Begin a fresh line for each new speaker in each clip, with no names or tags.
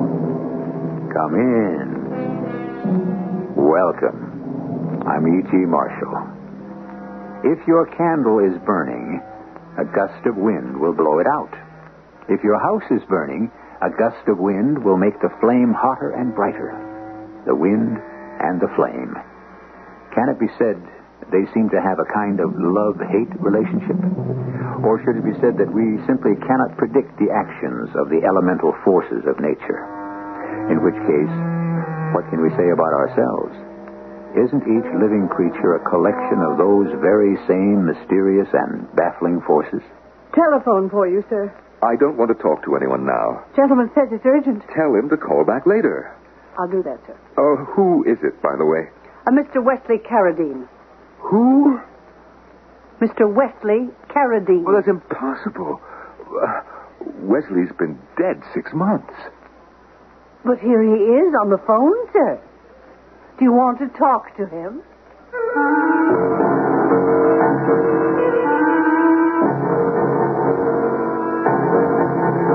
Come in. Welcome. I'm E.T. Marshall. If your candle is burning, a gust of wind will blow it out. If your house is burning, a gust of wind will make the flame hotter and brighter. The wind and the flame. Can it be said they seem to have a kind of love hate relationship? Or should it be said that we simply cannot predict the actions of the elemental forces of nature? In which case, what can we say about ourselves? Isn't each living creature a collection of those very same mysterious and baffling forces?
Telephone for you, sir.
I don't want to talk to anyone now.
Gentleman says it's urgent.
Tell him to call back later.
I'll do that, sir.
Oh, who is it, by the way?
A Mr. Wesley Carradine.
Who?
Mr. Wesley Carradine.
Well, that's impossible. Uh, Wesley's been dead six months.
But here he is on the phone, sir. Do you want to talk to him?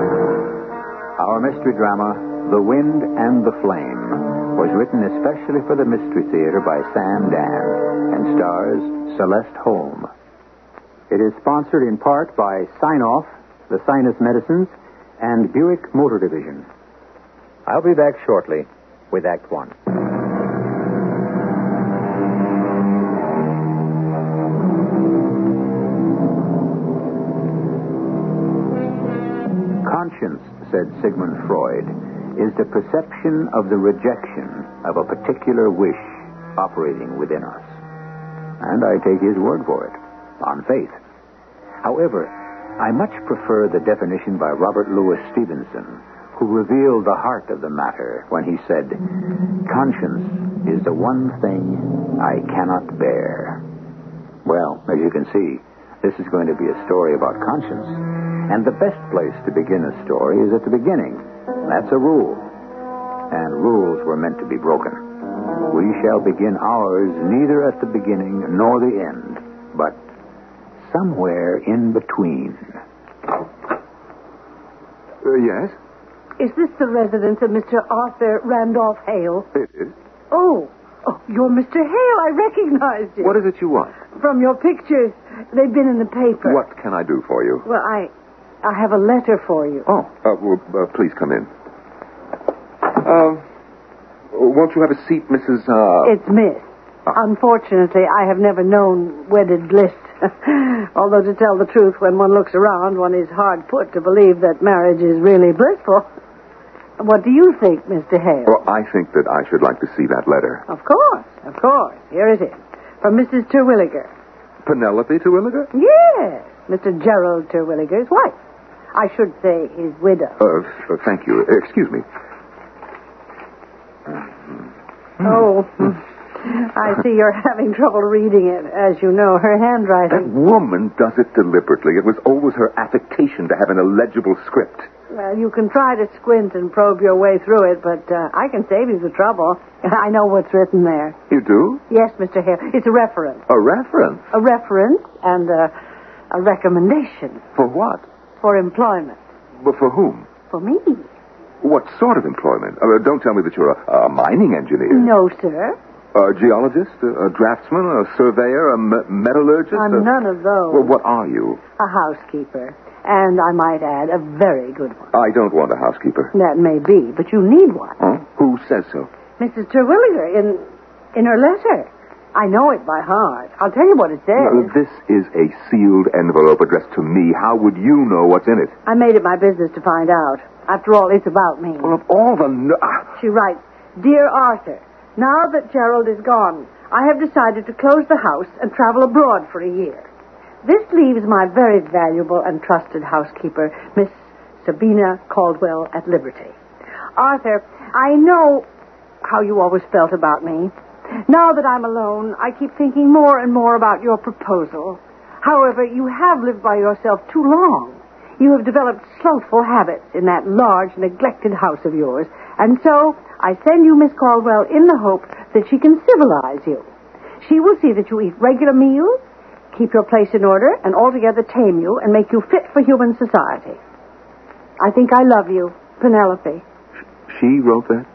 Our mystery drama, The Wind and the Flame, was written especially for the Mystery Theater by Sam Dan and stars Celeste Holm. It is sponsored in part by Sinoff, the Sinus Medicines, and Buick Motor Division. I'll be back shortly with Act One. Conscience, said Sigmund Freud, is the perception of the rejection of a particular wish operating within us. And I take his word for it, on faith. However, I much prefer the definition by Robert Louis Stevenson, who revealed the heart of the matter when he said, Conscience is the one thing I cannot bear. Well, as you can see, this is going to be a story about conscience. And the best place to begin a story is at the beginning. That's a rule. And rules were meant to be broken. We shall begin ours neither at the beginning nor the end, but somewhere in between.
Uh, yes,
Is this the residence of Mr. Arthur Randolph Hale?
it is.
Oh, oh, you're Mr. Hale. I recognized you.
What is it you want?
From your pictures. They've been in the paper.
What can I do for you?
Well, I, I have a letter for you.
Oh, uh, well, uh, please come in. Um, won't you have a seat, Mrs. Uh...
It's Miss. Unfortunately, I have never known wedded bliss. Although, to tell the truth, when one looks around, one is hard put to believe that marriage is really blissful. What do you think, Mr. Hale?
Well, I think that I should like to see that letter.
Of course, of course. Here it is. From Mrs. Terwilliger.
Penelope Terwilliger?
Yes, Mr. Gerald Terwilliger's wife. I should say his widow.
Uh, f- uh, thank you. Excuse me.
Oh, I see you're having trouble reading it. As you know, her
That
handwriting.
woman does it deliberately. It was always her affectation to have an illegible script.
Well, you can try to squint and probe your way through it, but uh, I can save you the trouble. I know what's written there.
You do?
Yes, Mr. Hale, it's a reference.
A reference?
A reference and a, a recommendation
For what?
for employment.
But for whom?
For me?
What sort of employment? Uh, don't tell me that you're a, a mining engineer,
No, sir.
a geologist, a, a draftsman, a surveyor, a m- metallurgist.
I'm
a-
none of those.
Well, what are you?
A housekeeper. And I might add, a very good one.
I don't want a housekeeper.
That may be, but you need one.
Huh? Who says so?
Mrs. Terwilliger, in, in her letter. I know it by heart. I'll tell you what it says.
Uh, this is a sealed envelope addressed to me. How would you know what's in it?
I made it my business to find out. After all, it's about me.
Well, of all the. n- ah,
She writes, Dear Arthur, now that Gerald is gone, I have decided to close the house and travel abroad for a year. This leaves my very valuable and trusted housekeeper, Miss Sabina Caldwell, at liberty. Arthur, I know how you always felt about me. Now that I'm alone, I keep thinking more and more about your proposal. However, you have lived by yourself too long. You have developed slothful habits in that large, neglected house of yours, and so I send you Miss Caldwell in the hope that she can civilize you. She will see that you eat regular meals, keep your place in order, and altogether tame you and make you fit for human society. I think I love you, Penelope.
She wrote that?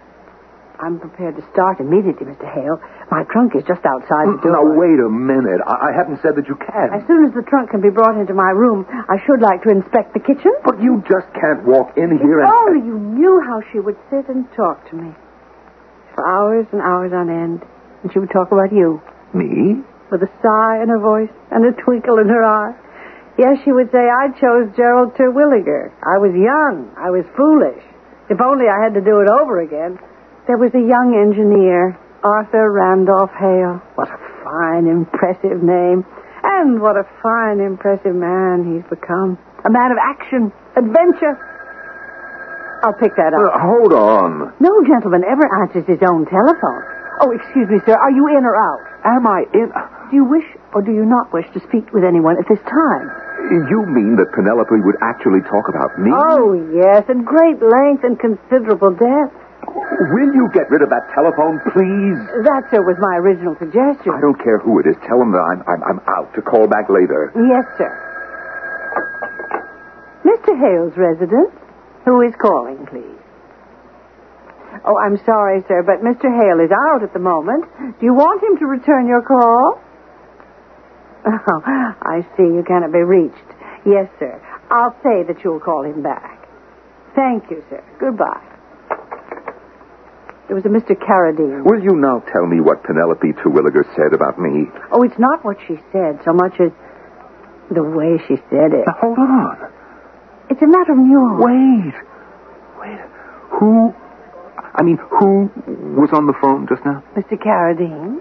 I'm prepared to start immediately, Mr. Hale. My trunk is just outside the door.
Now, wait a minute. I, I haven't said that you can.
As soon as the trunk can be brought into my room, I should like to inspect the kitchen.
But you just can't walk in
If
here and.
only you knew how she would sit and talk to me. For hours and hours on end. And she would talk about you.
Me?
With a sigh in her voice and a twinkle in her eye. Yes, she would say, I chose Gerald Terwilliger. I was young. I was foolish. If only I had to do it over again. There was a young engineer, Arthur Randolph Hale. What a fine, impressive name. And what a fine, impressive man he's become. A man of action, adventure. I'll pick that up.
Uh, hold on.
No gentleman ever answers his own telephone. Oh, excuse me, sir. Are you in or out?
Am I in.
Do you wish or do you not wish to speak with anyone at this time?
You mean that Penelope would actually talk about me?
Oh, yes, at great length and considerable depth.
Will you get rid of that telephone, please?
That, sir, was my original suggestion.
I don't care who it is. Tell him that I'm, I'm, I'm out to call back later.
Yes, sir. Mr. Hale's residence. Who is calling, please? Oh, I'm sorry, sir, but Mr. Hale is out at the moment. Do you want him to return your call? Oh, I see. You cannot be reached. Yes, sir. I'll say that you'll call him back. Thank you, sir. Goodbye. It was a Mr. Carradine.
Will you now tell me what Penelope Terwilliger said about me?
Oh, it's not what she said so much as the way she said it.
Now, hold on.
It's a matter of nuance.
Wait. Wait. Who. I mean, who was on the phone just now?
Mr. Carradine?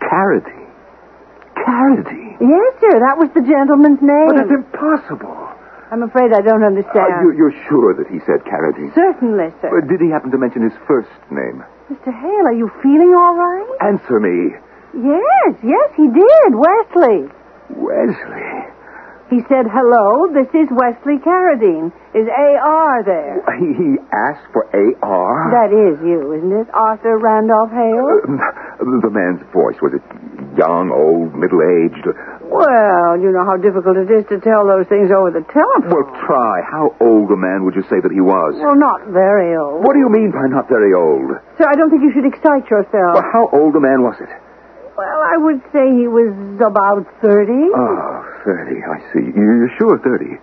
Carity. Carity?
Yes, sir. That was the gentleman's name.
But that's impossible.
I'm afraid I don't
Are
understand.
you, you're sure that he said Carity?
Certainly, sir.
Uh, did he happen to mention his first name?
Mr. Hale, are you feeling all right?
Answer me.
Yes, yes, he did. Wesley.
Wesley.
He said, hello, this is Wesley Carradine. Is A.R. there?
He, he asked for A.R.?
That is you, isn't it? Arthur Randolph Hale?
Uh, the man's voice, was it young, old, middle-aged?
Well, you know how difficult it is to tell those things over the telephone.
Well, try. How old a man would you say that he was?
Well, not very old.
What do you mean by not very old?
Sir, I don't think you should excite yourself.
Well, how old a man was it?
Well, I would say he was about 30.
Oh, 30, I see. You're sure 30?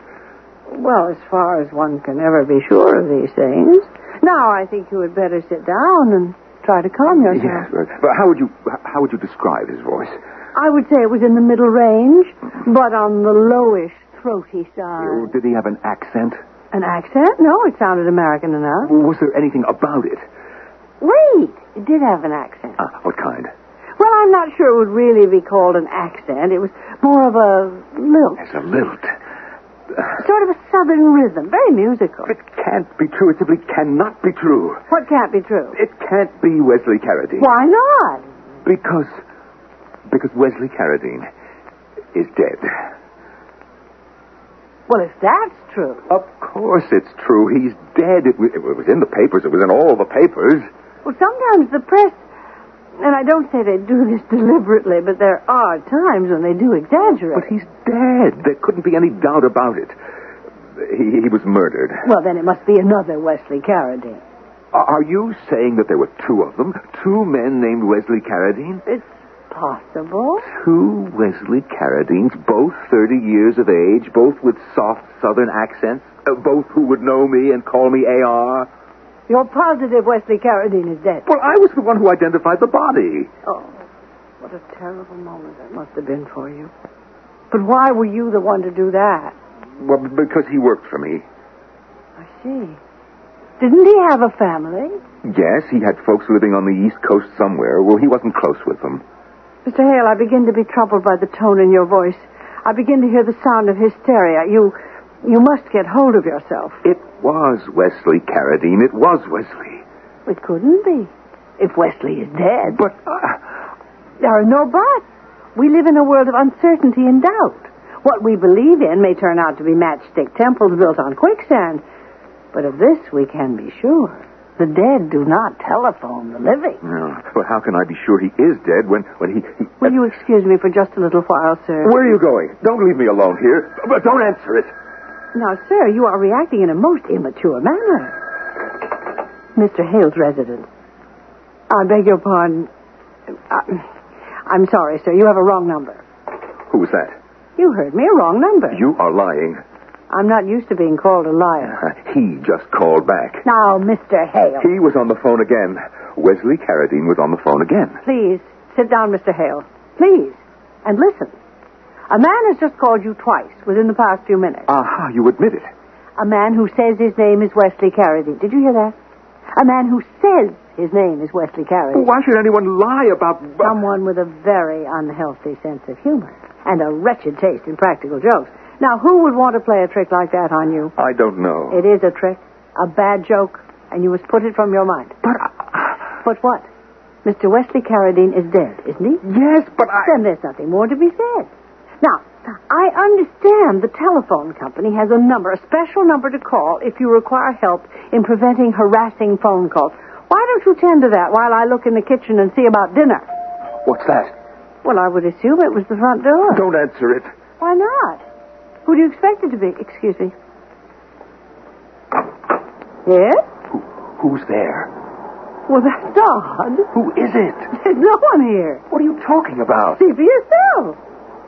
Well, as far as one can ever be sure of these things. Now, I think you had better sit down and try to calm
Yes,
yourself.
but, but how would you how would you describe his voice?
I would say it was in the middle range, but on the lowish, throaty
Oh,
side.
Did he have an accent?
An accent? No, it sounded American enough.
Oh, Was there anything about it?
Wait, it did have an accent.
Ah,
Uh, what kind?
Well, I'm not sure it would really be called an accent. It was more of a lilt,
As a lilt.
sort of a southern rhythm, very musical.
It can't be true. It simply cannot be true.
What can't be true?
It can't be Wesley Carradine.
Why not?
Because. Because Wesley Carradine is dead.
Well, if that's true,
Of course it's true. He's dead. It, wa- it was in the papers. It was in all the papers.
Well, sometimes the press, and I don't say they do this deliberately, but there are times when they do
But
exaggerate.
he's dead. There couldn't be any doubt about it. He, he was murdered.
Well, then it must be another Wesley Carradine.
Are are you saying that there were two of them? Two men named Wesley Carradine?
It's possible.
Two Wesley Carradines, both 30 years of age, both with soft southern accents, uh, both who would know me and call me A.R.
You're positive Wesley Carradine is dead.
Well, I was the one who identified the body.
Oh, what a terrible moment that must have been for you. But why were you the one to do that?
Well, b- because he worked for me.
I see. Didn't he have a family?
Yes, he had folks living on the East Coast somewhere. Well, he wasn't close with them.
Mr. Hale, I begin to be troubled by the tone in your voice. I begin to hear the sound of hysteria. You, you must get hold of yourself.
It was Wesley Carradine. It was Wesley.
It couldn't be.
if Wesley is dead.
But uh,
There are no buts. We live in a world of uncertainty and doubt. What we believe in may turn out to be matchstick temples built on quicksand. But of this we can be sure.
The dead do not telephone the living.
no. Uh, Well, how can I be sure he is dead when when he? he
Will you excuse me for just a little while, sir?
Where are you going? Don't leave me alone here. But don't answer it.
Now, sir, you are reacting in a most immature manner. Mr. Hale's residence. I beg your pardon. I- I'm sorry, sir. You have a wrong number.
Who was that?
You heard me, a wrong number.
You are lying.
I'm not used to being called a liar.
Uh, he just called back.
Now, Mr. Hale.
He was on the phone again. Wesley Carradine was on the phone again.
Please, sit down, Mr. Hale. Please. And listen. A man has just called you twice within the past few minutes.
Aha, you admit it.
A man who says his name is Wesley Carradine. Did you hear that? A man who says his name is Wesley Carradine.
Why should anyone lie about.
Someone with a very unhealthy sense of humor and a wretched taste in practical jokes. Now, who would want to play a trick like that on you?
I don't know.
It is a trick, a bad joke, and you must put it from your mind.
But I-
But what? Mr. Wesley Carradine is dead, isn't he?
yes, but I.
Then there's nothing more to be said. Now, I understand the telephone company has a number, a special number to call if you require help in preventing harassing phone calls. Why don't you tend to that while I look in the kitchen and see about dinner?
What's that?
Well, I would assume it was the front door.
Don't answer it.
Why not? Who do you expect it to be? Excuse me. Yes?
Who, who's there?
Well, that's odd.
Who is it?
There's no one here.
What are you talking about?
See for yourself.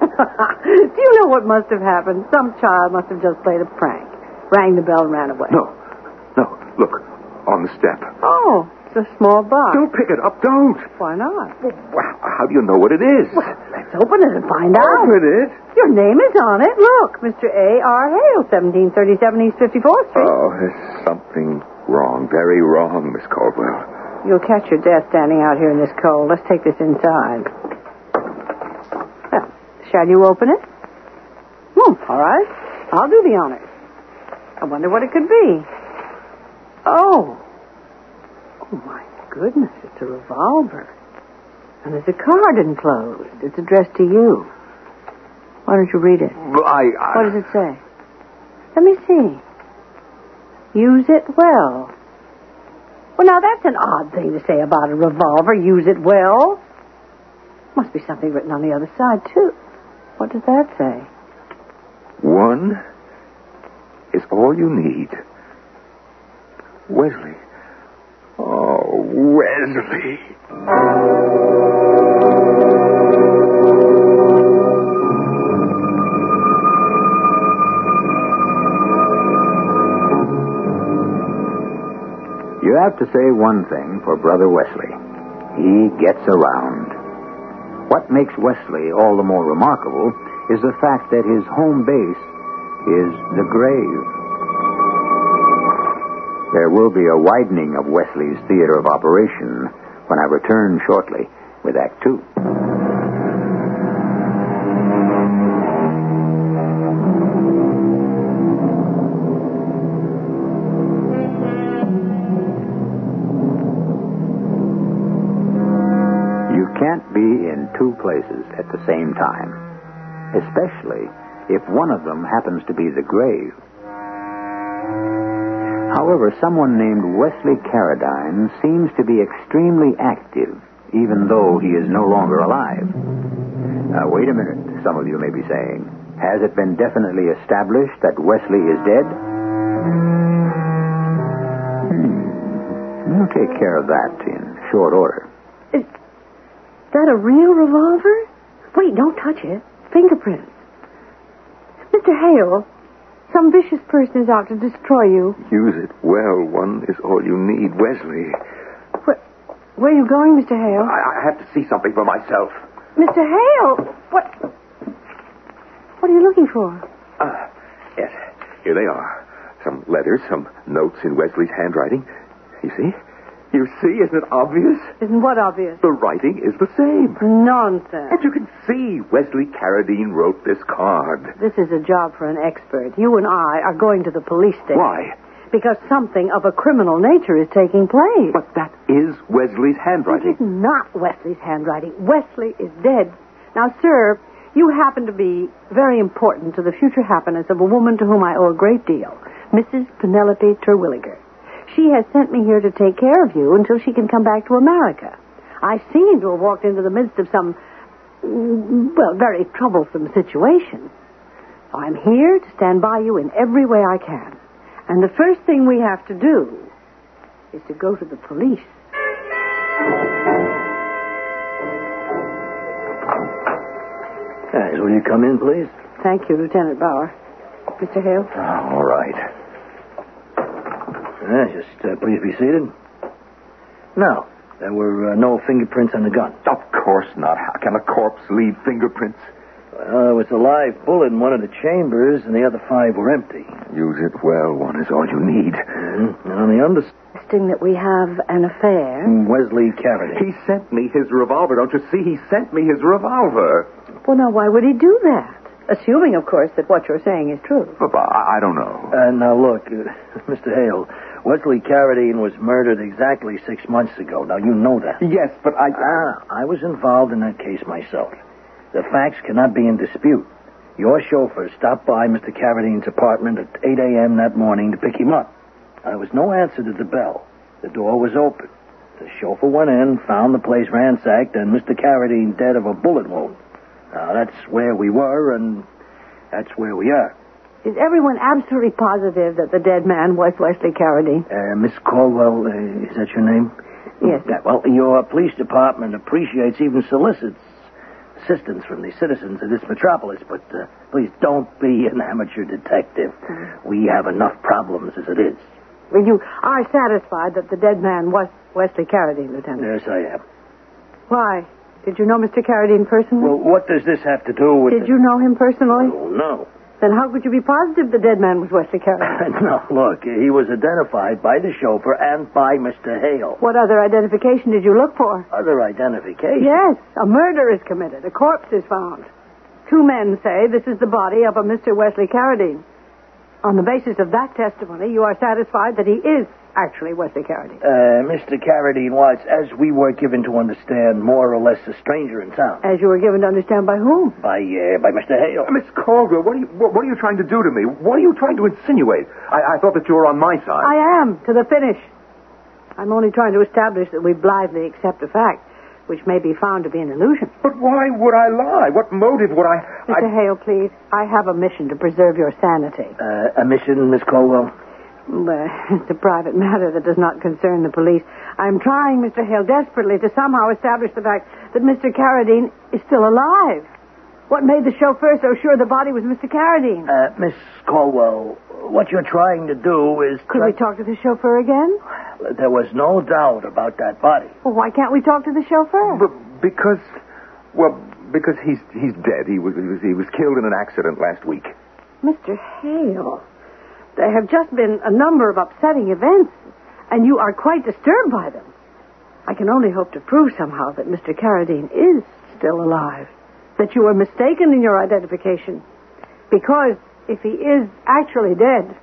do you know what must have happened? Some child must have just played a prank. Rang the bell and ran away.
No. No. Look. On the step.
Oh, it's a small box.
Don't pick it up. Don't.
Why not?
Wow. How do you know what it is?
Let's open it and find out.
Open it.
Your name is on it. Look, Mr. A. R. Hale, 1737 East 54th Street.
Oh, there's something wrong. Very wrong, Miss Caldwell.
You'll catch your death standing out here in this cold. Let's take this inside. Well, shall you open it? Hmm, all right. I'll do the honors. I wonder what it could be. Oh. Oh, my goodness. It's a revolver. And there's a card enclosed. It's addressed to you. Why don't you read it?
I. I...
What does it say? Let me see. Use it well. Well, now that's an odd thing to say about a revolver. Use it well. Must be something written on the other side, too. What does that say?
One is all you need. Wesley. Oh, Wesley.
You have to say one thing for Brother Wesley. He gets around. What makes Wesley all the more remarkable is the fact that his home base is the grave. There will be a widening of Wesley's theater of operation when I return shortly with Act Two. You can't be in two places at the same time, especially if one of them happens to be the grave. However, someone named Wesley Carradine seems to be extremely active, even though he is no longer alive. Now, wait a minute, some of you may be saying. Has it been definitely established that Wesley is dead? Hmm. We'll take care of that in short order.
Is that a real revolver? Wait, don't touch it. Fingerprints. Mr. Hale, some vicious person is out to destroy you.
Use it well. One is all you need, Wesley.
Where, where are you going, Mr. Hale?
I, I have to see something for myself.
Mr. Hale, what? What are you looking for?
Ah, yes. Here they are. Some letters, some notes in Wesley's handwriting. You see? You see, isn't it obvious?
Isn't what obvious?
The writing is the same.
Nonsense.
And you can see Wesley Carradine wrote this card.
This is a job for an expert. You and I are going to the police station.
Why?
because something of a criminal nature is taking place.
But that is Wesley's
This
handwriting.
is not Wesley's handwriting. Wesley is dead. Now, sir, you happen to be very important to the future happiness of a woman to whom I owe a great deal, Mrs. Penelope Terwilliger. She has sent me here to take care of you until she can come back to America. I seem to have walked into the midst of some, mm, well, very troublesome situation. I'm here to stand by you in every way I can. And the first thing we have to do is to go to the police.
Guys, will you come in, please?
Thank you, Lieutenant Bauer. Mr. Hale?
Ah,
all right. Uh, just uh, please be seated. Now, there were uh, no fingerprints on the gun.
Of course not. How can a corpse leave fingerprints?
Uh, it was a live bullet in one of the chambers, and the other five were empty.
Use it well. One is all you need.
Mm-hmm. And on the under
Suggesting that we have an affair.
Wesley Carradine.
He sent me his revolver. Don't you see? He sent me his revolver.
Well, now, why would he do that? Assuming, of course, that what you're saying is true.
Papa, I I don't know.
Uh, now, look, uh, Mr. Hale, Wesley Carradine was murdered exactly six months ago. Now, you know that.
Yes, but I.
Ah, I was involved in that case myself. The facts cannot be in dispute. Your chauffeur stopped by Mr. Carradine's apartment at 8 a.m. that morning to pick him up. There was no answer to the bell. The door was open. The chauffeur went in, found the place ransacked, and Mr. Carradine dead of a bullet wound. Now, that's where we were, and that's where we are.
Is everyone absolutely positive that the dead man was Wesley Carradine?
Uh, Miss Caldwell, uh, is that your name?
Yes.
Yeah, well, your police department appreciates, even solicits, assistance from the citizens of this metropolis, but uh, please don't be an amateur detective. We have enough problems as it is.
Well, you are satisfied that the dead man was Wesley Carradine, Lieutenant?
Yes, I am.
Why? Did you know Mr. Carradine personally?
Mm-hmm. Well, what does this have to do with.
Did you know him personally?
Oh, no.
Then how could you be positive the dead man was Wesley Carradine?
no, look, he was identified by the chauffeur and by Mr. Hale.
what other identification did you look for?
Other identification?
Yes, a murder is committed. A corpse is found. Two men say this is the body of a Mr. Wesley Carradine. On the basis of that testimony, you are satisfied that he is actually Wesley Carradine.
Uh, Mr. Carradine was, as we were given to understand, more or less a stranger in town.
As you were given to understand by whom?
By, uh, by Mr. Hale.
Miss Caldwell, what are, you, what, what are you trying to do to me? What are you trying to insinuate? I, I thought that you were on my side.
I am, to the finish. I'm only trying to establish that we blithely accept a fact, which may be found to be an illusion.
But why would I lie? What motive would I. I...
Mr. Hale, please, I have a mission to preserve your sanity.
Uh, a mission, Miss Colwell?
Well, it's a private matter that does not concern the police. I'm trying, Mr. Hale, desperately to somehow establish the fact that Mr. Carradine is still alive. What made the chauffeur so sure the body was Mr. Carradine?
Uh, Miss Colwell, what you're trying to do is.
Could we talk to the chauffeur again?
There was no doubt about that body.
Well, why can't we talk to the chauffeur?
But because. Well, because he's, he's dead. He was, he, was, he was killed in an accident last week.
Mr. Hale, there have just been a number of upsetting events, and you are quite disturbed by them. I can only hope to prove somehow that Mr. Carradine is still alive, that you were mistaken in your identification, because if he is actually dead,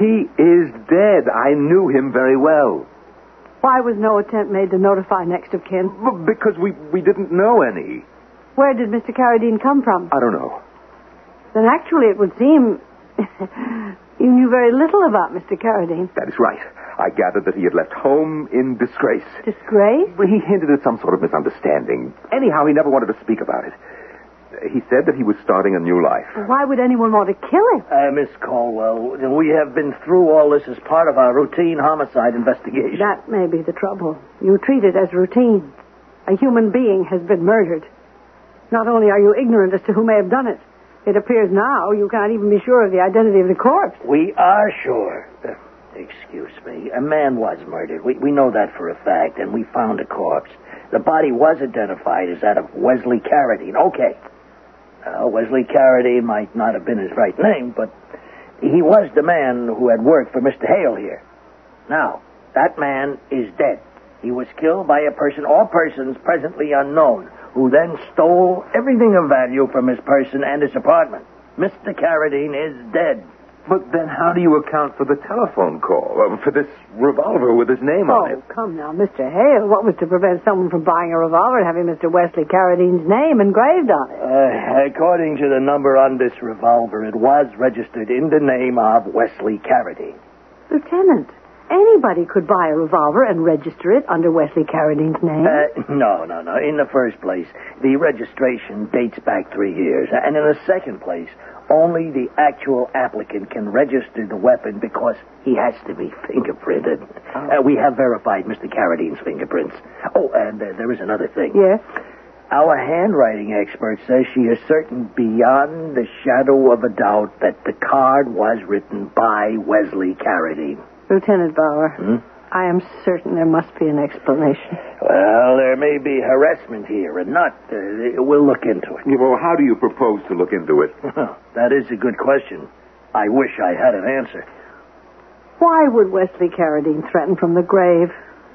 He is dead. I knew him very well.
why was no attempt made to notify next of kin?
But because we, we didn't know any.
Where did Mr. Carradine come from?
I don't know.
Then actually it would seem you knew very little about Mr. Carradine.
That is right. I gathered that he had left home in disgrace.
Disgrace?
Well, He hinted at some sort of misunderstanding. Anyhow, he never wanted to speak about it. Uh, He said that he was starting a new life.
Why would anyone want to kill him?
Uh, Miss Colwell, we have been through all this as part of our routine homicide investigation.
That may be the trouble. You treat it as routine. A human being has been murdered. Not only are you ignorant as to who may have done it, it appears now you can't even be sure of the identity of the corpse.
We are sure. Uh, Excuse me. A man was murdered. We, we know that for a fact, and we found a corpse. The body was identified as that of Wesley Carradine. Okay. Uh, Wesley Carradine might not have been his right name, but he was the man who had worked for Mr. Hale here. Now, that man is dead. He was killed by a person or persons presently unknown, who then stole everything of value from his person and his apartment. Mr. Carradine is dead.
But then how do you account for the telephone call? Uh, for this revolver with his name on it?
Oh, come now, Mr. Hale. What was to prevent someone from buying a revolver and having Mr. Wesley Carradine's name engraved on it?
Uh, according to the number on this revolver, it was registered in the name of Wesley Carradine.
Lieutenant, anybody could buy a revolver and register it under Wesley Carradine's name.
Uh, no, no, no. In the first place, the registration dates back three years. And in the second place, only the actual applicant can register the weapon because he has to be fingerprinted. Uh, we have verified Mr. Carradine's fingerprints. Oh, and uh, there is another thing.
yes?
Our handwriting expert says she is certain beyond the shadow of a doubt that the card was written by Wesley Carradine.
Lieutenant Bauer, I am certain there must be an explanation.
Well, there may be harassment here and not. Uh, we'll look into it.
Yeah, Well, how do you propose to look into it?
that is a good question. I wish I had an answer.
Why would Wesley Carradine threaten from the grave,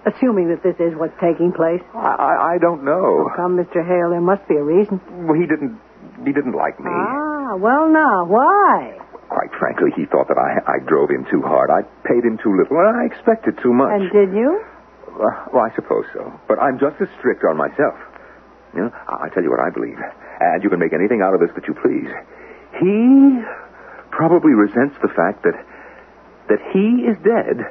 assuming that this is what's taking place?
I, I, I don't know.
Come, Mr. Hale, there must be a reason.
Well, he didn't. He didn't like me.
Ah, well, now, why?
Quite frankly, he thought that I, I drove him too hard. I paid him too little, and I expected too much.
And did you?
Uh, well, I suppose so. But I'm just as strict on myself. You know, I, I tell you what I believe, and you can make anything out of this that you please. He probably resents the fact that that he is dead,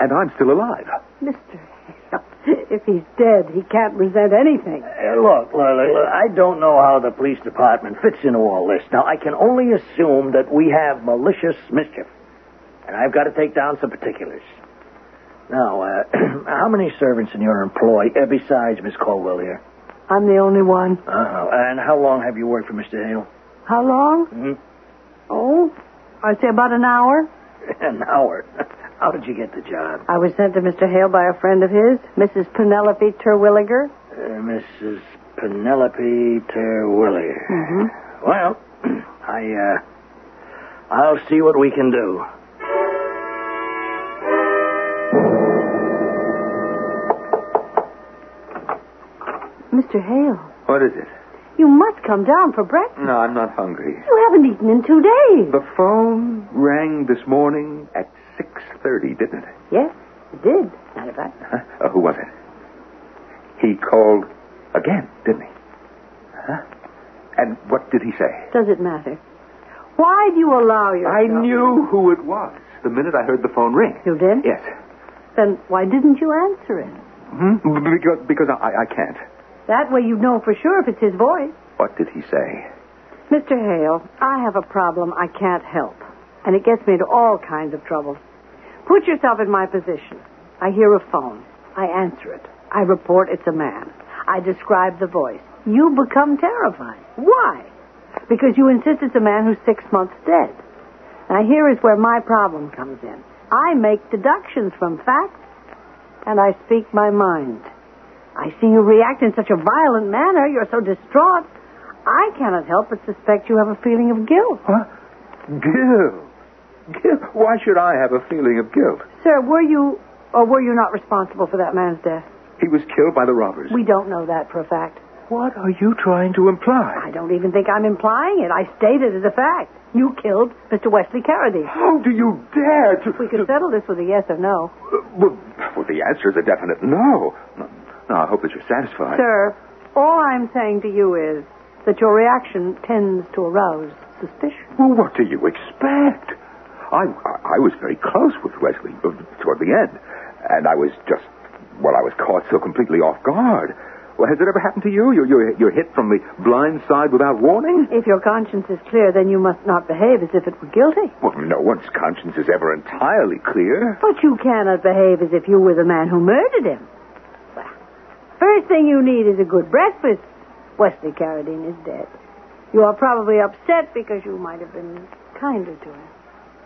and I'm still alive.
Mr. Hale, if he's dead, he can't resent anything.
Uh, look, look, look, look, I don't know how the police department fits into all this. Now, I can only assume that we have malicious mischief. And I've got to take down some particulars. Now, uh, how many servants in your employ, uh, besides Miss Colwell here?
I'm the only one.
Uh-huh. And how long have you worked for Mr. Hale?
How long?
Mhm.
Oh, I'd say about an hour.
An hour. How did you get the job?
I was sent to Mr. Hale by a friend of his, Mrs. Penelope Terwilliger.
Uh, Mrs. Penelope Terwilliger. Well, I, uh, I'll see what we can do.
Mr. Hale,
What is it?
you must come down for breakfast.
No, I'm not hungry.
You haven't eaten in two days.
The phone rang this morning at six thirty, didn't it?
Yes, it did. Matter of fact.
Huh? Uh, who was it? He called again, didn't he? Huh? And what did he say?
Does it matter? Why do you allow yourself?
I knew who it was the minute I heard the phone ring.
You did?
Yes.
Then why didn't you answer it?
Hmm? B- Because, because I, I can't.
That way you'd know for sure if it's his voice.
What did he say?
Mr. Hale, I have a problem I can't help, and it gets me into all kinds of trouble. Put yourself in my position. I hear a phone. I answer it. I report it's a man. I describe the voice. You become terrified. Why? Because you insist it's a man who's six months dead. Now, here is where my problem comes in. I make deductions from facts, and I speak my mind. I see you react in such a violent manner. You're so distraught. I cannot help but suspect you have a feeling of guilt.
Huh? Guilt. Guilt. Why should I have a feeling of guilt?
Sir, were you or were you not responsible for that man's death?
He was killed by the robbers.
We don't know that for a fact.
What are you trying to imply?
I don't even think I'm implying it. I state it as a fact. You killed Mr. Wesley Carradine.
How do you dare to...
We could
to-
settle this with a yes or no.
Uh, Well, well, the answer is a definite no. No, I hope that you're satisfied.
Sir, all I'm saying to you is that your reaction tends to arouse suspicion.
Well, what do you expect? I, I, I was very close with Wesley uh, toward the end, and I was just, well, I was caught so completely off guard. Well, has it ever happened to you? You're, you're, you're hit from the blind side without warning?
If your conscience is clear, then you must not behave as if it were guilty.
Well, no one's conscience is ever entirely clear.
But you cannot behave as if you were the man who murdered him. Well, First thing you need is a good breakfast. Wesley Carradine is dead. You are probably upset because you might have been kinder to him.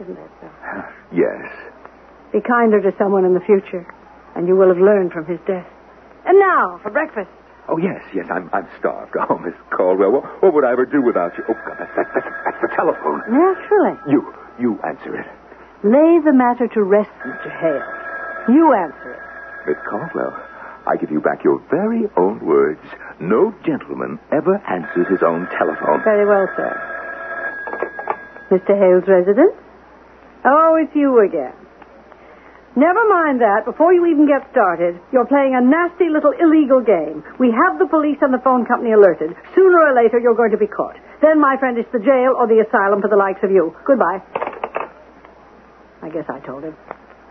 Isn't that so?
Yes.
Be kinder to someone in the future, and you will have learned from his death. And now, for breakfast.
Oh, yes, yes, I'm, I'm starved. Oh, Miss Caldwell, what, what would I ever do without you? Oh, God, that, that, that, that's the telephone.
Naturally.
You, you answer it.
Lay the matter to rest, Mr. Hale. You answer it.
Miss Caldwell, I give you back your very own words. No gentleman ever answers his own telephone.
Very well, sir. Mr. Hale's residence? Oh, it's you again. Never mind that. Before you even get started, you're playing a nasty little illegal game. We have the police and the phone company alerted. Sooner or later, you're going to be caught. Then, my friend, it's the jail or the asylum for the likes of you. Goodbye. I guess I told him.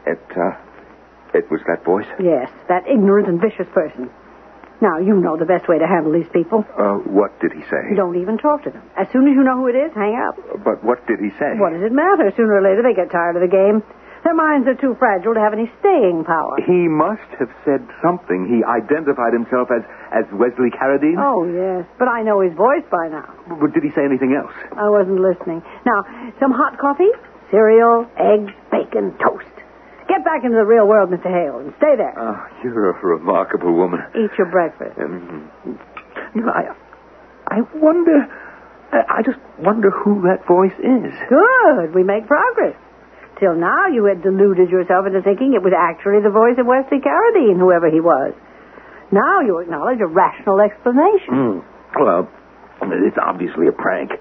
It, uh, it was that voice?
Yes, that ignorant and vicious person. Now, you know the best way to handle these people.
Uh, what did he say?
You don't even talk to them. As soon as you know who it is, hang up.
But what did he say?
What does it matter? Sooner or later, they get tired of the game. Their minds are too fragile to have any staying power.
He must have said something. He identified himself as, as Wesley Carradine.
Oh, yes, but I know his voice by now.
But did he say anything else?
I wasn't listening. Now, some hot coffee, cereal, eggs, bacon, toast. Get back into the real world, Mr. Hale, and stay there.
Ah, you're a remarkable woman.
Eat your breakfast.
Um, you know, I, I wonder. I I just wonder who that voice is.
Good. We make progress. Till now, you had deluded yourself into thinking it was actually the voice of Wesley Carradine, whoever he was. Now you acknowledge a rational explanation.
Hmm. Well, it's obviously a prank.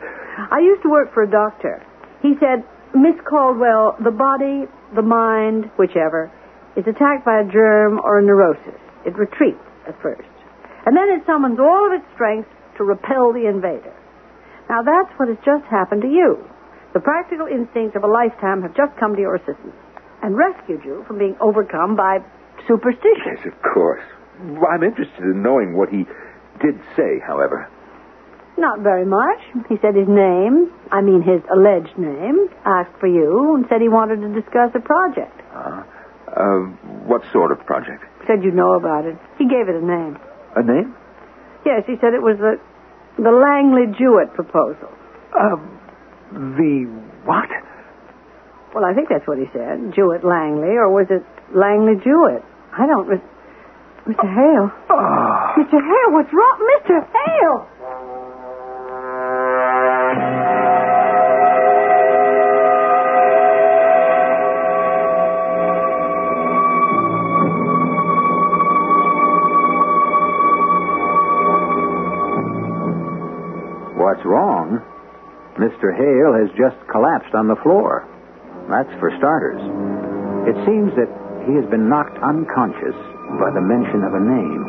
I used to work for a doctor. He said, Miss Caldwell, the body, the mind, whichever, is attacked by a germ or a neurosis. It retreats at first. And then it summons all of its strength to repel the invader. Now that's what has just happened to you. The practical instincts of a lifetime have just come to your assistance and rescued you from being overcome by superstition.
Yes, of course. I'm interested in knowing what he did say, however.
Not very much. He said his name, I mean his alleged name, asked for you, and said he wanted to discuss a project.
Uh, uh, what sort of project?
Said you'd know about it. He gave it a name.
A name?
Yes, he said it was the the Langley Jewett proposal.
Uh, the what?
Well, I think that's what he said. Jewett Langley, or was it Langley Jewett? I don't. Re- Mr. Hale.
Ah.
Mr. Hale, what's wrong? Mr. Hale!
What's wrong? Mr. Hale has just collapsed on the floor. That's for starters. It seems that he has been knocked unconscious by the mention of a name.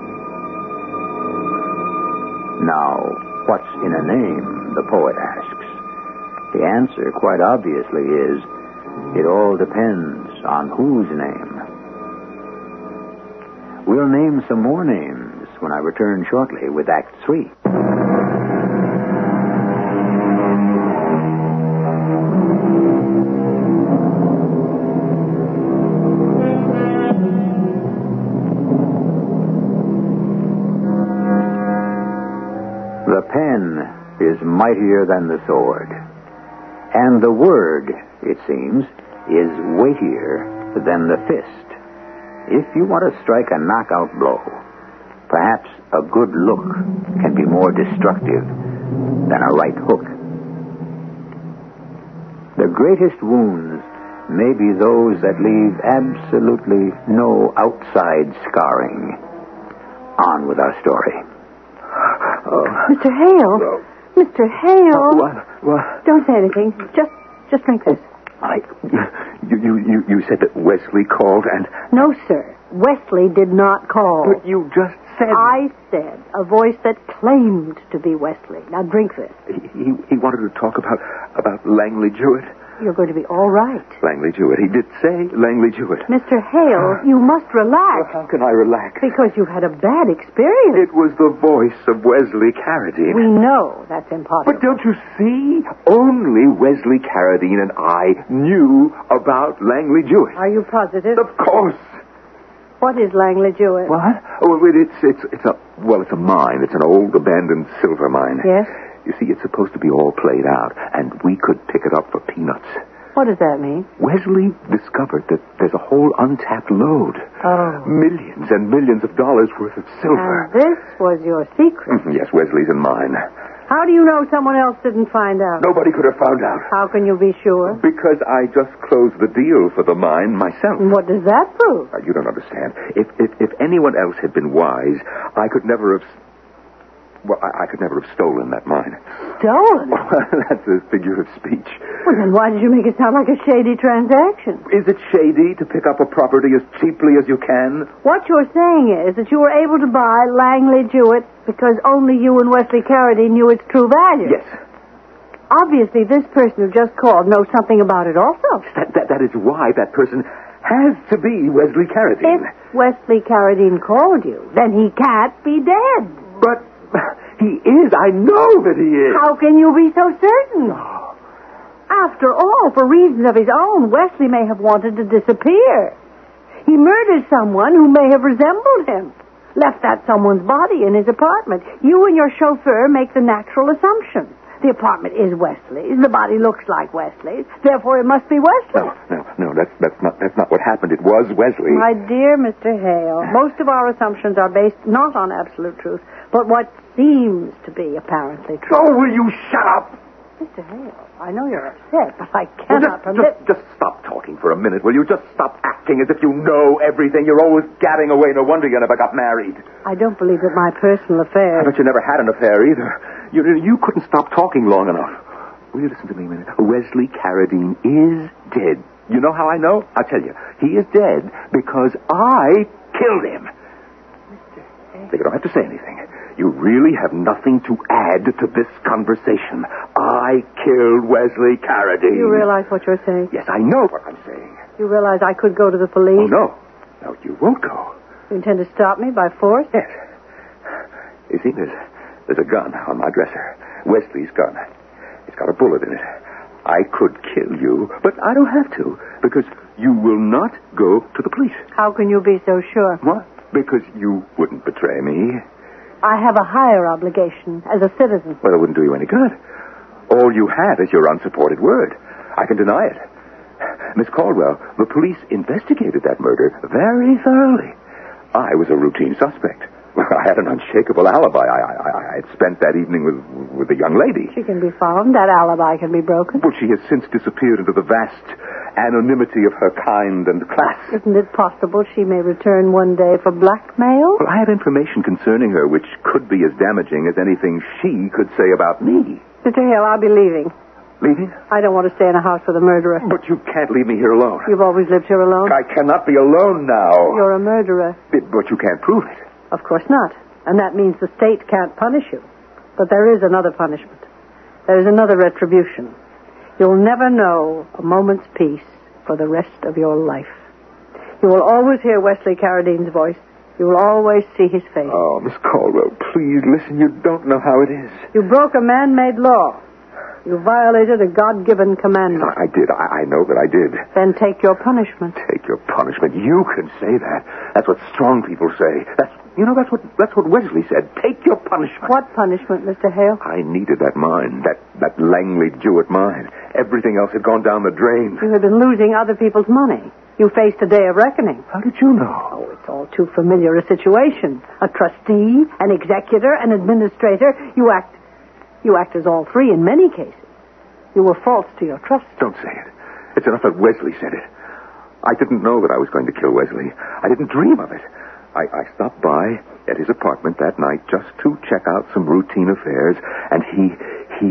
Now, what's in a name? The poet asks. The answer, quite obviously, is it all depends on whose name. We'll name some more names when I return shortly with Act Three. The pen is mightier than the sword. And the word, it seems, is weightier than the fist. If you want to strike a knockout blow, perhaps a good look can be more destructive than a right hook. The greatest wounds may be those that leave absolutely no outside scarring. On with our story.
Mr. Hale!
Well- Oh,
Mr. Hale!
What? What?
Don't say anything. Just, just drink this.
I. You, you, you, you said that Wesley called and.
No, sir. Wesley did not call.
But you just said.
Oh. I said a voice that claimed to be Wesley. Now drink this.
He, he wanted to talk about, about Langley Jewett.
You're going to be all right.
Langley Jewett. He did say Langley Jewett.
Mr. Hale, you must
Well,
relax
how can I relax?
because you've had a bad experience.
It was the voice of Wesley Carradine.
We know that's
But
impossible.
don't you see? Only Wesley Carradine and I knew about Langley Jewett.
Are you positive?
Of course.
What is Langley Jewett?
What? Oh, well, it's it's it's a well, it's a mine. It's an old abandoned silver mine.
Yes?
You see, it's supposed to be all played out, and we could pick it up for peanuts.
What does that mean?
Wesley discovered that there's a whole untapped load.
Oh.
Millions and millions of dollars worth of
And
silver.
this was your secret.
Mhm, Yes, Wesley's and mine.
How do you know someone else didn't find out?
Nobody could have found out.
How can you be sure?
Because I just closed the deal for the mine myself.
And What does that prove?
Uh, You don't understand. If, if if anyone else had been wise, I could never have. s- Well, I, I could never have stolen that mine.
Stolen?
Well, that's a figure of speech.
Well, then why did you make it sound like a shady transaction?
Is it shady to pick up a property as cheaply as you can?
What you're saying is that you were able to buy Langley Jewett because only you and Wesley Carradine knew its true value.
Yes.
Obviously, this person who just called knows something about it also.
That, that, that is why that person has to be Wesley
If
Carradine.
Wesley Carradine called you, then he can't be dead.
But he is. I know that he is.
How can you be so certain? After all, for reasons of his own, Wesley may have wanted to disappear. He murdered someone who may have resembled him. Left that someone's body in his apartment. You and your chauffeur make the natural assumption. The apartment is Wesley's. The body looks like Wesley's. Therefore, it must be Wesley's.
No, no, no. That's that's not that's not what happened. It was Wesley.
My dear Mr. Hale, most of our assumptions are based not on absolute truth, but what seems to be apparently true.
Oh, will you shut up?
Mr. Hale, I know you're upset, but I
Well,
cannot
just,
permit.
just, just stop talking for a minute, will you? Just stop acting as if you know everything. You're always gadding away. No wonder you never got married.
I don't believe that my personal
I
affairs.
bet you never had an affair either. You, you couldn't stop talking long enough. Will you listen to me a minute? Wesley Carradine is dead. You know how I know? I'll tell you. He is dead because I killed him. You don't have to say anything. You really have nothing to add to this conversation. I killed Wesley Carradine.
You realize what you're saying?
Yes, I know what I'm saying.
You realize I could go to the
Oh,
police?
no. No, you won't go.
You intend to stop me by force?
Yes. You see, there's, there's a gun on my dresser. Wesley's gun. It's got a bullet in it. I could kill you, but I don't have to because you will not go to the police.
How can you be so sure?
What? Because you wouldn't betray me.
I have a higher obligation as a citizen.
Well, it wouldn't do you any good. All you have is your unsupported word. I can deny it. Miss Caldwell, the police investigated that murder very thoroughly. I was a routine suspect. Well, I had an unshakable alibi. I, I, I had spent that evening with, with a young lady.
She can be found. That alibi can be broken.
Well, she has since disappeared into the vast anonymity of her kind and class.
Isn't it possible she may return one day for blackmail?
Well, I had information concerning her which could be as damaging as anything she could say about me.
Mr. Hale, I'll be leaving.
Leaving?
I don't want to stay in a house with a murderer.
But you can't leave me here alone.
You've always lived here alone.
I cannot be alone now.
You're a murderer.
It- but you can't prove it.
Of course not. And that means the state can't punish you. But there is another punishment. There is another retribution. You'll never know a moment's peace for the rest of your life. You will always hear Wesley Carradine's voice. You will always see his face.
Oh, Miss Caldwell, please listen. You don't know how it is.
You broke a man-made law. You violated a God-given commandment.
I I did. I, I know that I did.
Then take your punishment.
Take your punishment. You can say that. That's what strong people say. That's you know that's what that's what Wesley said. Take your punishment.
What punishment, Mr. Hale?
I needed that mine, that that Langley Jewett mine. Everything else had gone down the drain.
You have been losing other people's money. You faced a day of reckoning.
How did you know?
Oh, it's all too familiar a situation. A trustee, an executor, an administrator. You act, you act as all three in many cases. You were false to your trust.
Don't say it. It's enough that Wesley said it. I didn't know that I was going to kill Wesley. I didn't dream of it. I, I stopped by at his apartment that night just to check out some routine affairs, and he he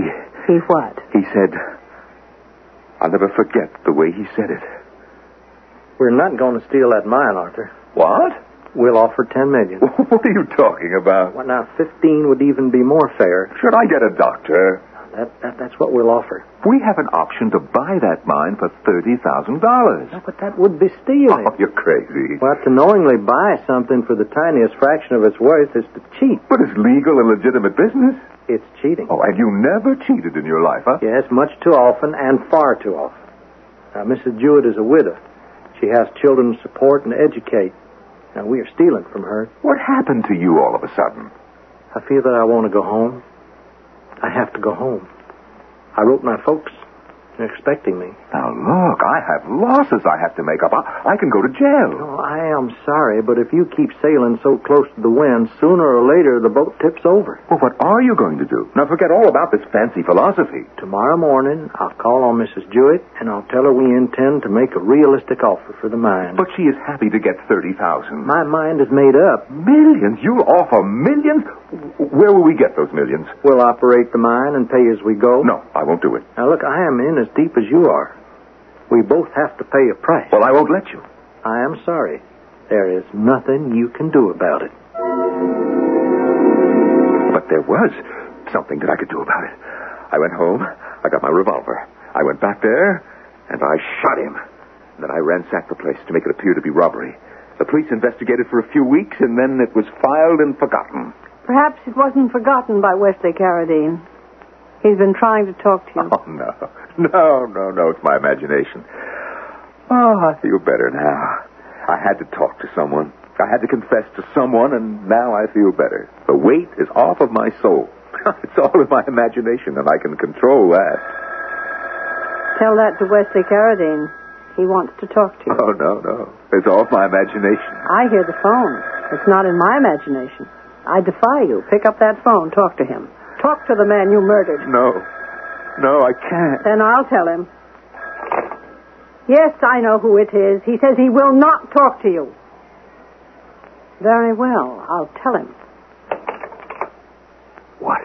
He what?
he said I'll never forget the way he said it.
We're not going to steal that mine, Arthur.
What?
We'll offer ten million.
What are you talking about?
What now? Fifteen would even be more fair.
Should I get a doctor?
That, that that's what we'll offer.
We have an option to buy that mine for thirty thousand dollars.
No, but that would be stealing.
Oh, you're crazy.
Well, to knowingly buy something for the tiniest fraction of its worth is to cheat.
But it's legal and legitimate business.
It's cheating.
Oh, and you never cheated in your life, huh?
Yes, much too often and far too often. Now, Mrs. Jewett is a widow. She has children to support and educate. Now, we are stealing from her.
What happened to you all of a sudden?
I feel that I want to go home. I have to go home. I wrote my folks.
They're expecting me.
Now, look, I have losses I have to make up. I, I can go to jail.
Oh, I am sorry, but if you keep sailing so close to the wind, sooner or later the boat tips over.
Well, what are you going to do? Now, forget all about this fancy philosophy.
Tomorrow morning, I'll call on Mrs. Jewett, and I'll tell her we intend to make a realistic offer for the mine.
But she is happy to get 30000
my mind is made up.
Millions? You'll offer millions? Where will we get those millions?
We'll operate the mine and pay as we go.
No, I won't do it.
Now, look, I am in as deep as you are. We both have to pay a price.
Well, I won't let you.
I am sorry. There is nothing you can do about it.
But there was something that I could do about it. I went home. I got my revolver. I went back there, and I shot him. Then I ransacked the place to make it appear to be robbery. The police investigated for a few weeks, and then it was filed and forgotten.
Perhaps it wasn't forgotten by Wesley Carradine. He's been trying to talk to you.
Oh, no. No, no, no. It's my imagination. Oh, I feel better now. I had to talk to someone. I had to confess to someone, and now I feel better. The weight is off of my soul. it's all in my imagination, and I can control that.
Tell that to Wesley Carradine. He wants to talk to you.
Oh, no, no. It's off my imagination.
I hear the phone. It's not in my imagination. I defy you. Pick up that phone. Talk to him. Talk to the man you murdered.
No. No, I can't.
Then I'll tell him. Yes, I know who it is. He says he will not talk to you. Very well. I'll tell him.
What?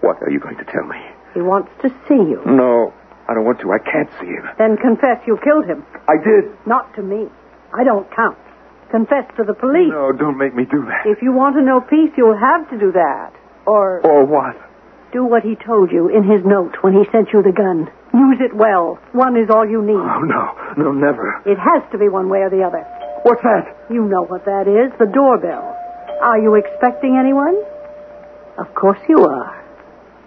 What are you going to tell me?
He wants to see you.
No, I don't want to. I can't see him.
Then confess you killed him.
I did.
Not to me. I don't count. Confess to the police.
No, don't make me do that.
If you want to know peace, you'll have to do that. Or
Or what?
do what he told you in his note when he sent you the gun. Use it well. One is all you need.
Oh, no. No, never.
It has to be one way or the other.
What's that?
You know what that is the doorbell. Are you expecting anyone? Of course you are.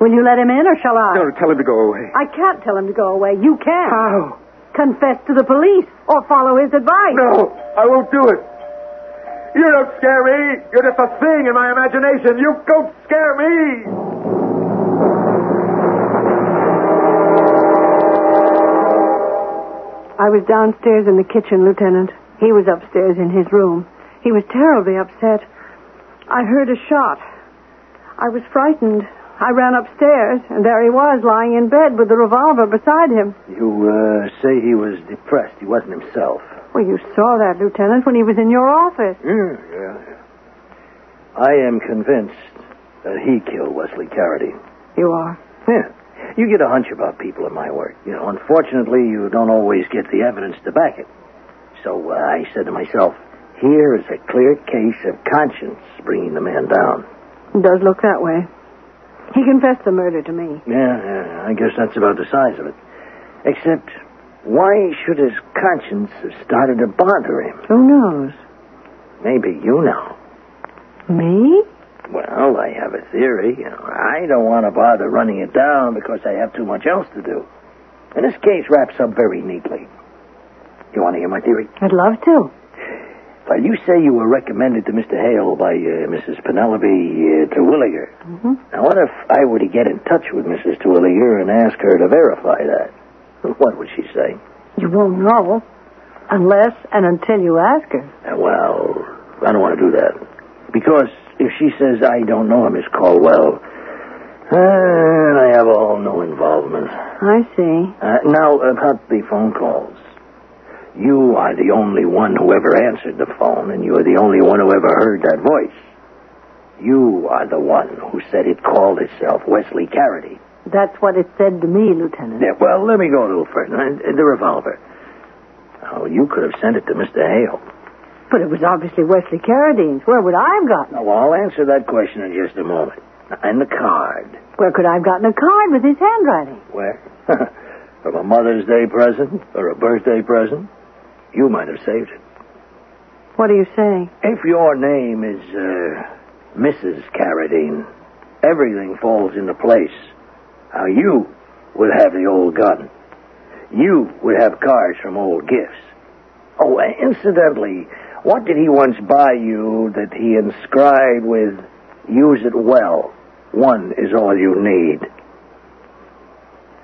Will you let him in or shall I?
No, tell him to go away.
I can't tell him to go away. You can.
How?
Confess to the police or follow his advice.
No, I won't do it. You don't scare me. You're just a thing in my imagination. You don't scare me.
I was downstairs in the kitchen, Lieutenant. He was upstairs in his room. He was terribly upset. I heard a shot. I was frightened. I ran upstairs, and there he was, lying in bed with the revolver beside him.
You uh, say he was depressed. He wasn't himself.
Well, you saw that, Lieutenant, when he was in your office.
Yeah, Mm, yeah. I am convinced that he killed Wesley Carradine.
You are.
Yeah. You get a hunch about people in my work. You know, unfortunately, you don't always get the evidence to back it. So uh, I said to myself, here is a clear case of conscience bringing the man down.
It does look that way. He confessed the murder to me.
Yeah, yeah, I guess that's about the size of it. Except, why should his conscience have started to bother him?
Who knows?
Maybe you know.
Me?
Well, I have a theory. You know, I don't want to bother running it down because I have too much else to do. And this case wraps up very neatly. You want to hear my theory?
I'd love to.
Well, you say you were recommended to Mr. Hale by uh, Mrs. Penelope uh, Terwilliger. Mm-hmm. Now, what if I were to get in touch with Mrs. Terwilliger and ask her to verify that? What would she say?
You won't know unless and until you ask her.
Uh, Well, I don't want to do that. Because if she says I don't know him, Miss Caldwell, then I have all no involvement.
I see.
Uh, now, about the phone calls. You are the only one who ever answered the phone, and you are the only one who ever heard that voice. You are the one who said it called itself Wesley Carradine.
That's what it said to me, Lieutenant.
Yeah, well, let me go a little further. Uh, The revolver. Oh, you could have sent it to Mr. Hale.
But it was obviously Wesley Carradine's. Where would I have gotten it?
Now, I'll answer that question in just a moment. And the card.
Where could I have gotten a card with his handwriting?
Where? From a Mother's Day present or a birthday present? You might have saved it.
What are you saying?
If your name is uh, Mrs. Carradine, everything falls into place. Now, you would have the old gun. You would have cards from old gifts. Oh, and incidentally, what did he once buy you that he inscribed with, use it well? One is all you need.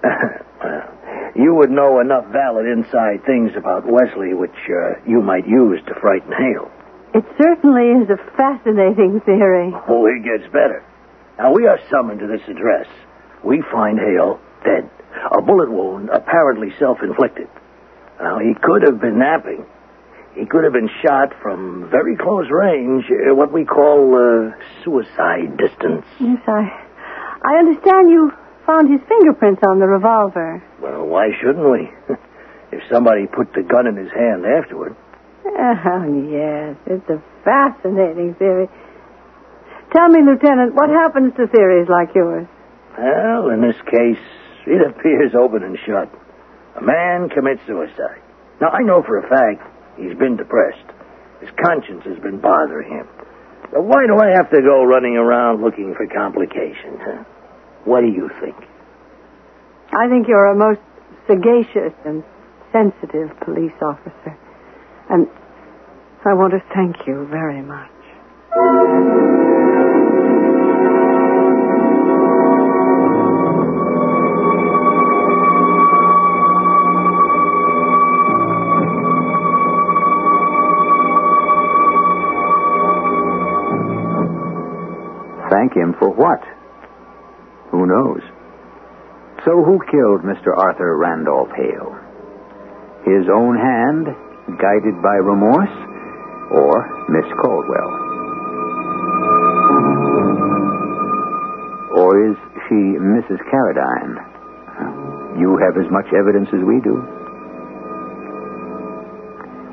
Well, You would know enough valid inside things about Wesley, which uh, you might use to frighten Hale.
It certainly is a fascinating theory.
Oh, it gets better. Now, we are summoned to this address. We find Hale dead. A bullet wound, apparently self inflicted. Now, he could have been napping. He could have been shot from very close range, uh, what we call uh, suicide distance.
Yes, I. I understand you found his fingerprints on the revolver.
Well, why shouldn't we? if somebody put the gun in his hand afterward.
Oh, yes. It's a fascinating theory. Tell me, Lieutenant, what happens to theories like yours?
Well, in this case, it appears open and shut. A man commits suicide. Now, I know for a fact he's been depressed. His conscience has been bothering him. But why do I have to go running around looking for complications, huh? What do you think?
I think you're a most sagacious and sensitive police officer. And I want to thank you very much.
Thank him for what? Who knows? So, who killed Mr. Arthur Randolph Hale? His own hand, guided by remorse, or Miss Caldwell? Or is she Mrs. Carradine? You have as much evidence as we do.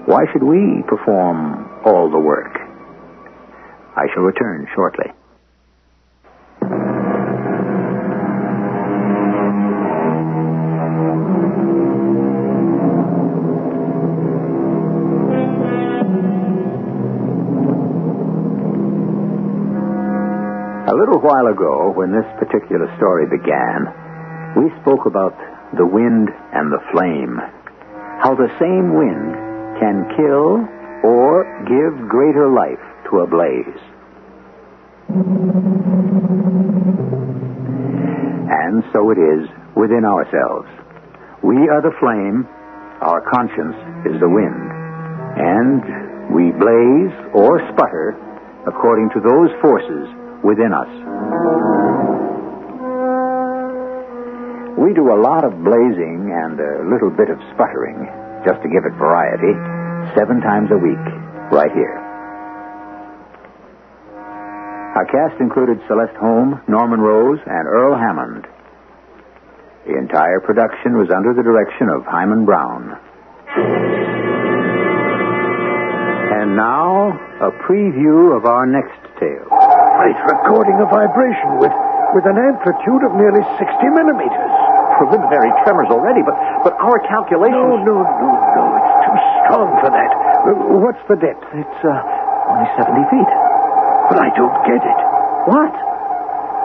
Why should we perform all the work? I shall return shortly. A little while ago, when this particular story began, we spoke about the wind and the flame. How the same wind can kill or give greater life to a blaze. And so it is within ourselves. We are the flame, our conscience is the wind. And we blaze or sputter according to those forces within us. We do a lot of blazing and a little bit of sputtering, just to give it variety, seven times a week, right here. Our cast included Celeste Holm, Norman Rose, and Earl Hammond. The entire production was under the direction of Hyman Brown. And now, a preview of our next tale.
It's recording a vibration with, with an amplitude of nearly 60 millimeters.
Preliminary tremors already, but, but our
No,
calculations.
no, no, no. Oh, It's too strong for that. Uh, What's the depth?
It's uh, only 70 feet.
But I don't get it.
What?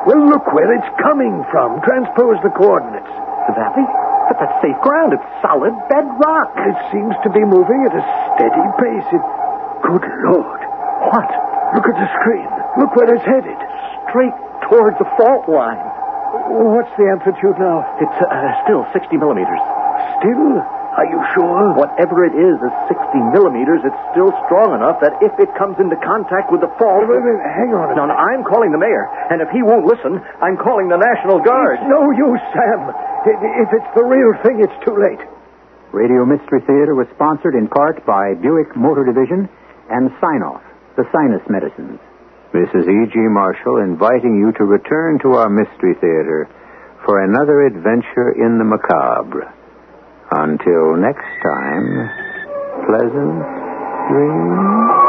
Well, look where it's coming from. Transpose the coordinates.
The valley? But that's safe ground. It's solid bedrock.
It seems to be moving at a steady pace. It... Good Lord.
What?
Look at the screen. Look where it's headed.
Straight toward the fault line.
What's the amplitude now?
It's uh, still 60 millimeters.
Still? Are you sure?
Whatever it is, is 60 millimeters. It's still strong enough that if it comes into contact with the fault.
Wait, wait, wait, hang on a
No, no, I'm calling the mayor. And if he won't listen, I'm calling the National Guard.
It's no use, Sam. I- If it's the real thing, it's too late.
Radio Mystery Theater was sponsored in part by Buick Motor Division and Sinoff, the sinus medicines. This is E.G. E Marshall inviting you to return to our Mystery Theater for another adventure in the macabre. Until next time, pleasant dreams.